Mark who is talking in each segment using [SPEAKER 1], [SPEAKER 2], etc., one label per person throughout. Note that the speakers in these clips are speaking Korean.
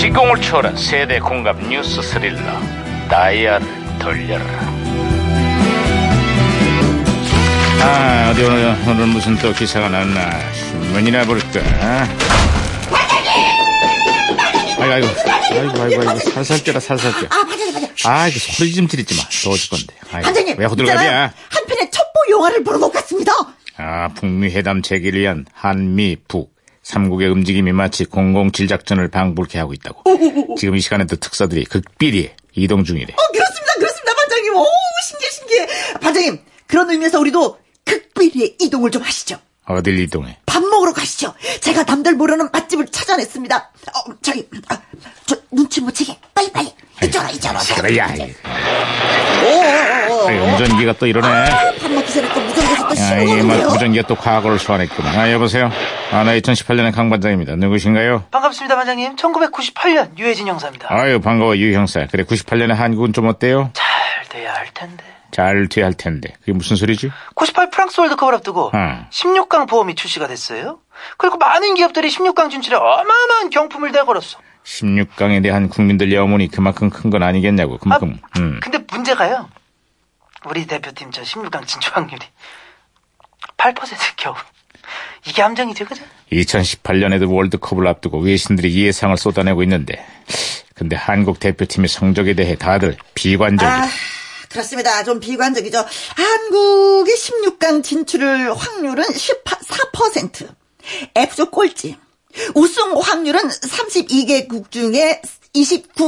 [SPEAKER 1] 진공을 초월한 세대 공감 뉴스 스릴러 다이아를 돌려라 아 어디 오늘 오늘 무슨 또 기사가 났나 신문이나 볼까 아이고 아이고 아이고 아이고 아이고 살살 쪄라 살살 쪄
[SPEAKER 2] 아, 반장님, 반장님.
[SPEAKER 1] 아, 이거 소리 좀 지르지 마. 더워질 건데. 아이고,
[SPEAKER 2] 반장님.
[SPEAKER 1] 왜
[SPEAKER 2] 있잖아요.
[SPEAKER 1] 호들갑이야?
[SPEAKER 2] 한편의 첩보 영화를 보러 놓갔습니다 어,
[SPEAKER 1] 아, 북미 회담 재개를 위한 한미, 북, 삼국의 움직임이 마치 007 작전을 방불케 하고 있다고. 지금 이 시간에도 특사들이 극비리에 이동 중이래.
[SPEAKER 2] 어, 그렇습니다. 그렇습니다, 반장님. 오, 신기해, 신기해. 반장님, 그런 의미에서 우리도 극비리에 이동을 좀 하시죠.
[SPEAKER 1] 어딜 이동해?
[SPEAKER 2] 밥 먹으러 가시죠. 제가 남들 모르는 맛집을 찾아냈습니다. 어, 저기, 아, 저 눈치 못 채게 빨리빨리. 이쪽으로, 이쪽으로.
[SPEAKER 1] 시끄러, 야. 아이,
[SPEAKER 2] 오, 오, 오,
[SPEAKER 1] 아이,
[SPEAKER 2] 오.
[SPEAKER 1] 운전기가 또 이러네.
[SPEAKER 2] 밥 먹기 전에 또 무전기에서 또
[SPEAKER 1] 야, 이게 막
[SPEAKER 2] 신호가 오는데요.
[SPEAKER 1] 무전기가 또 과거를 소환했구만. 아, 여보세요? 아, 나 2018년의 강반장입니다. 누구신가요?
[SPEAKER 3] 반갑습니다, 반장님. 1998년 유해진 형사입니다.
[SPEAKER 1] 아유, 반가워, 유 형사. 그래, 98년의 한국은 좀 어때요?
[SPEAKER 3] 잘 돼야 할 텐데.
[SPEAKER 1] 잘 돼야 할 텐데. 그게 무슨 소리지?
[SPEAKER 3] 98 프랑스 월드컵을 앞두고
[SPEAKER 1] 음.
[SPEAKER 3] 16강 보험이 출시가 됐어요. 그리고 많은 기업들이 16강 진출에 어마어마한 경품을 내걸었어.
[SPEAKER 1] 16강에 대한 국민들 여문이 그만큼 큰 건 아니겠냐고.
[SPEAKER 3] 아,
[SPEAKER 1] 그만큼. 음.
[SPEAKER 3] 근데 문제가요. 우리 대표팀 저 16강 진출 확률이 8% 겨우. 이게 함정이 되거든.
[SPEAKER 1] 2018년에도 월드컵을 앞두고 외신들이 예상을 쏟아내고 있는데. 근데 한국 대표팀의 성적에 대해 다들 비관적이다.
[SPEAKER 2] 아, 그렇습니다. 좀 비관적이죠. 한국의 16강 진출을 확률은 14%. 앱소 꼴찌. 우승 확률은 32개국 중에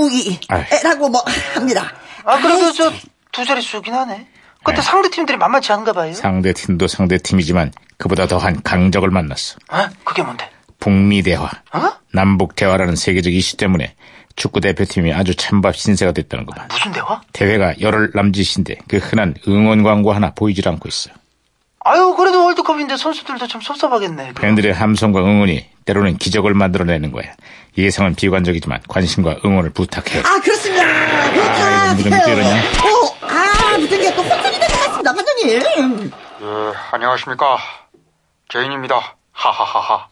[SPEAKER 2] 29위라고 뭐 합니다.
[SPEAKER 3] 아, 그래도
[SPEAKER 2] 아이,
[SPEAKER 3] 저 두 자릿수긴 하네. 그때 상대 팀들이 만만치 않은가 봐요.
[SPEAKER 1] 상대 팀도 상대 팀이지만 그보다 더한 강적을 만났어.
[SPEAKER 3] 어? 그게 뭔데?
[SPEAKER 1] 북미 대화,
[SPEAKER 3] 어?
[SPEAKER 1] 남북 대화라는 세계적 이슈 때문에 축구 대표팀이 아주 찬밥 신세가 됐다는 거다.
[SPEAKER 3] 무슨 대화?
[SPEAKER 1] 대회가 열흘 남짓인데 그 흔한 응원 광고 하나 보이질 않고 있어.
[SPEAKER 3] 아유, 그래도 월드컵인데 선수들도 참 섭섭하겠네. 그거.
[SPEAKER 1] 팬들의 함성과 응원이 때로는 기적을 만들어내는 거야. 예상은 비관적이지만 관심과 응원을 부탁해.
[SPEAKER 2] 아, 그렇습니다. 그렇다.
[SPEAKER 1] 음, 아이고, 무전기 또 이러냐?
[SPEAKER 2] 오, 아, 무전기가 또 혼선이 되것 같습니다, 반장님.
[SPEAKER 4] 예, 안녕하십니까. 제인입니다. 하하하하.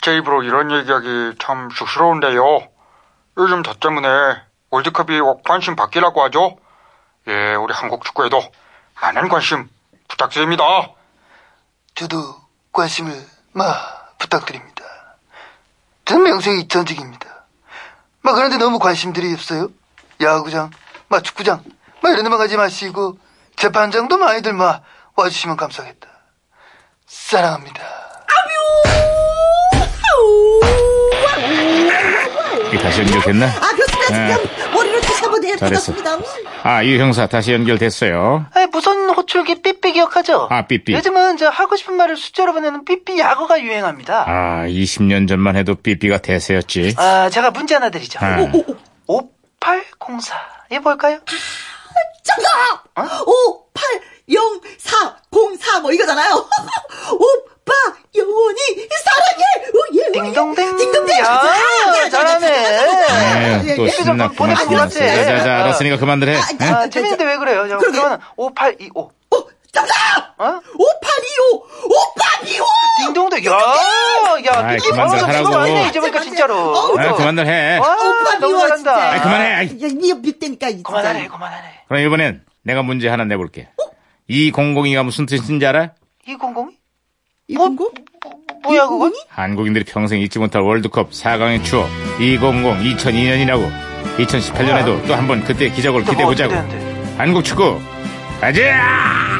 [SPEAKER 4] 제 입으로 이런 얘기하기 참 쑥스러운데요. 요즘 저 때문에 월드컵이 관심 받기라고 하죠. 예, 우리 한국 축구에도 많은 관심 부탁드립니다.
[SPEAKER 3] 저도 관심을 마 부탁드립니다. 전 명색이 전직입니다. 막 그런데 너무 관심들이 없어요. 야구장, 막 축구장, 막 이런 데만 가지 마시고 재판장도 많이들 막 와주시면 감사하겠다. 사랑합니다.
[SPEAKER 2] 아우, 아우, 아우, 아우.
[SPEAKER 1] 이게 다시 연결됐나?
[SPEAKER 2] 아, 그렇습니다. 지금 머리를 쳐다보니
[SPEAKER 1] 네. 잘했어.
[SPEAKER 2] 받았습니다.
[SPEAKER 1] 아, 유 형사 다시 연결됐어요.
[SPEAKER 3] 아니, 무선 호출기 삐삐 기억하죠?
[SPEAKER 1] 아, 삐삐.
[SPEAKER 3] 요즘은 저 하고 싶은 말을 숫자로 보내는 삐삐 야구가 유행합니다.
[SPEAKER 1] 아, 20년 전만 해도 삐삐가 대세였지.
[SPEAKER 3] 아, 제가 문제 하나 드리죠.
[SPEAKER 1] 아.
[SPEAKER 2] 오, 오, 오.
[SPEAKER 3] 5804. 이게 뭘까요?
[SPEAKER 2] 정답!
[SPEAKER 3] 아?
[SPEAKER 2] 5, 8, 0, 4, 0, 4, 뭐 이거잖아요. 오빠, 영원히 사랑해! 오, 예, 오, 예.
[SPEAKER 3] 딩동댕.
[SPEAKER 2] 딩동댕!
[SPEAKER 3] 야, 잘하네.
[SPEAKER 1] 에휴, 또
[SPEAKER 3] 아,
[SPEAKER 1] 신나
[SPEAKER 3] 예, 삐삐 좀
[SPEAKER 1] 고맙습니다.
[SPEAKER 3] 보내주세요.
[SPEAKER 1] 자, 자, 자,
[SPEAKER 3] 어.
[SPEAKER 1] 알았으니까 그만들 해.
[SPEAKER 2] 아,
[SPEAKER 1] 응?
[SPEAKER 3] 아, 재밌는데 왜 그래요? 저,
[SPEAKER 2] 그러게.
[SPEAKER 3] 그러면 5825.
[SPEAKER 2] 오, 어, 정답!
[SPEAKER 3] 어?
[SPEAKER 2] 5, 8, 2, 5! 5, 8, 2, 5!
[SPEAKER 3] 딩동댕, 야! 야,
[SPEAKER 1] 아이,
[SPEAKER 3] 삐삐
[SPEAKER 1] 그만 좀
[SPEAKER 3] 번호가
[SPEAKER 1] 하라고.
[SPEAKER 3] 지금 많이 잊어버릴까, 진짜로.
[SPEAKER 2] 어,
[SPEAKER 3] 그죠?
[SPEAKER 1] 아, 그만들 해.
[SPEAKER 3] 와,
[SPEAKER 2] 오빠
[SPEAKER 3] 너무
[SPEAKER 2] 미워, 진짜.
[SPEAKER 3] 잘한다.
[SPEAKER 1] 아이, 그만해. 아이.
[SPEAKER 2] 야, 미역 밑대니까, 진짜.
[SPEAKER 3] 그만하래, 그만하래.
[SPEAKER 1] 그럼 이번엔 내가 문제 하나 내볼게. 이 002가 무슨 뜻인지 알아?
[SPEAKER 3] 200?
[SPEAKER 2] 뭐? 이 공고?
[SPEAKER 3] 어? 뭐야, 그거?
[SPEAKER 1] 한국인들이 평생 잊지 못할 월드컵 4강의 추억 2000 2002년이라고
[SPEAKER 3] 어.
[SPEAKER 1] 2018년에도 또 한 번 그때 기적을
[SPEAKER 3] 그때
[SPEAKER 1] 기대해
[SPEAKER 3] 뭐
[SPEAKER 1] 보자고.
[SPEAKER 3] 어떻게 되는데?
[SPEAKER 1] 한국 축구 가자!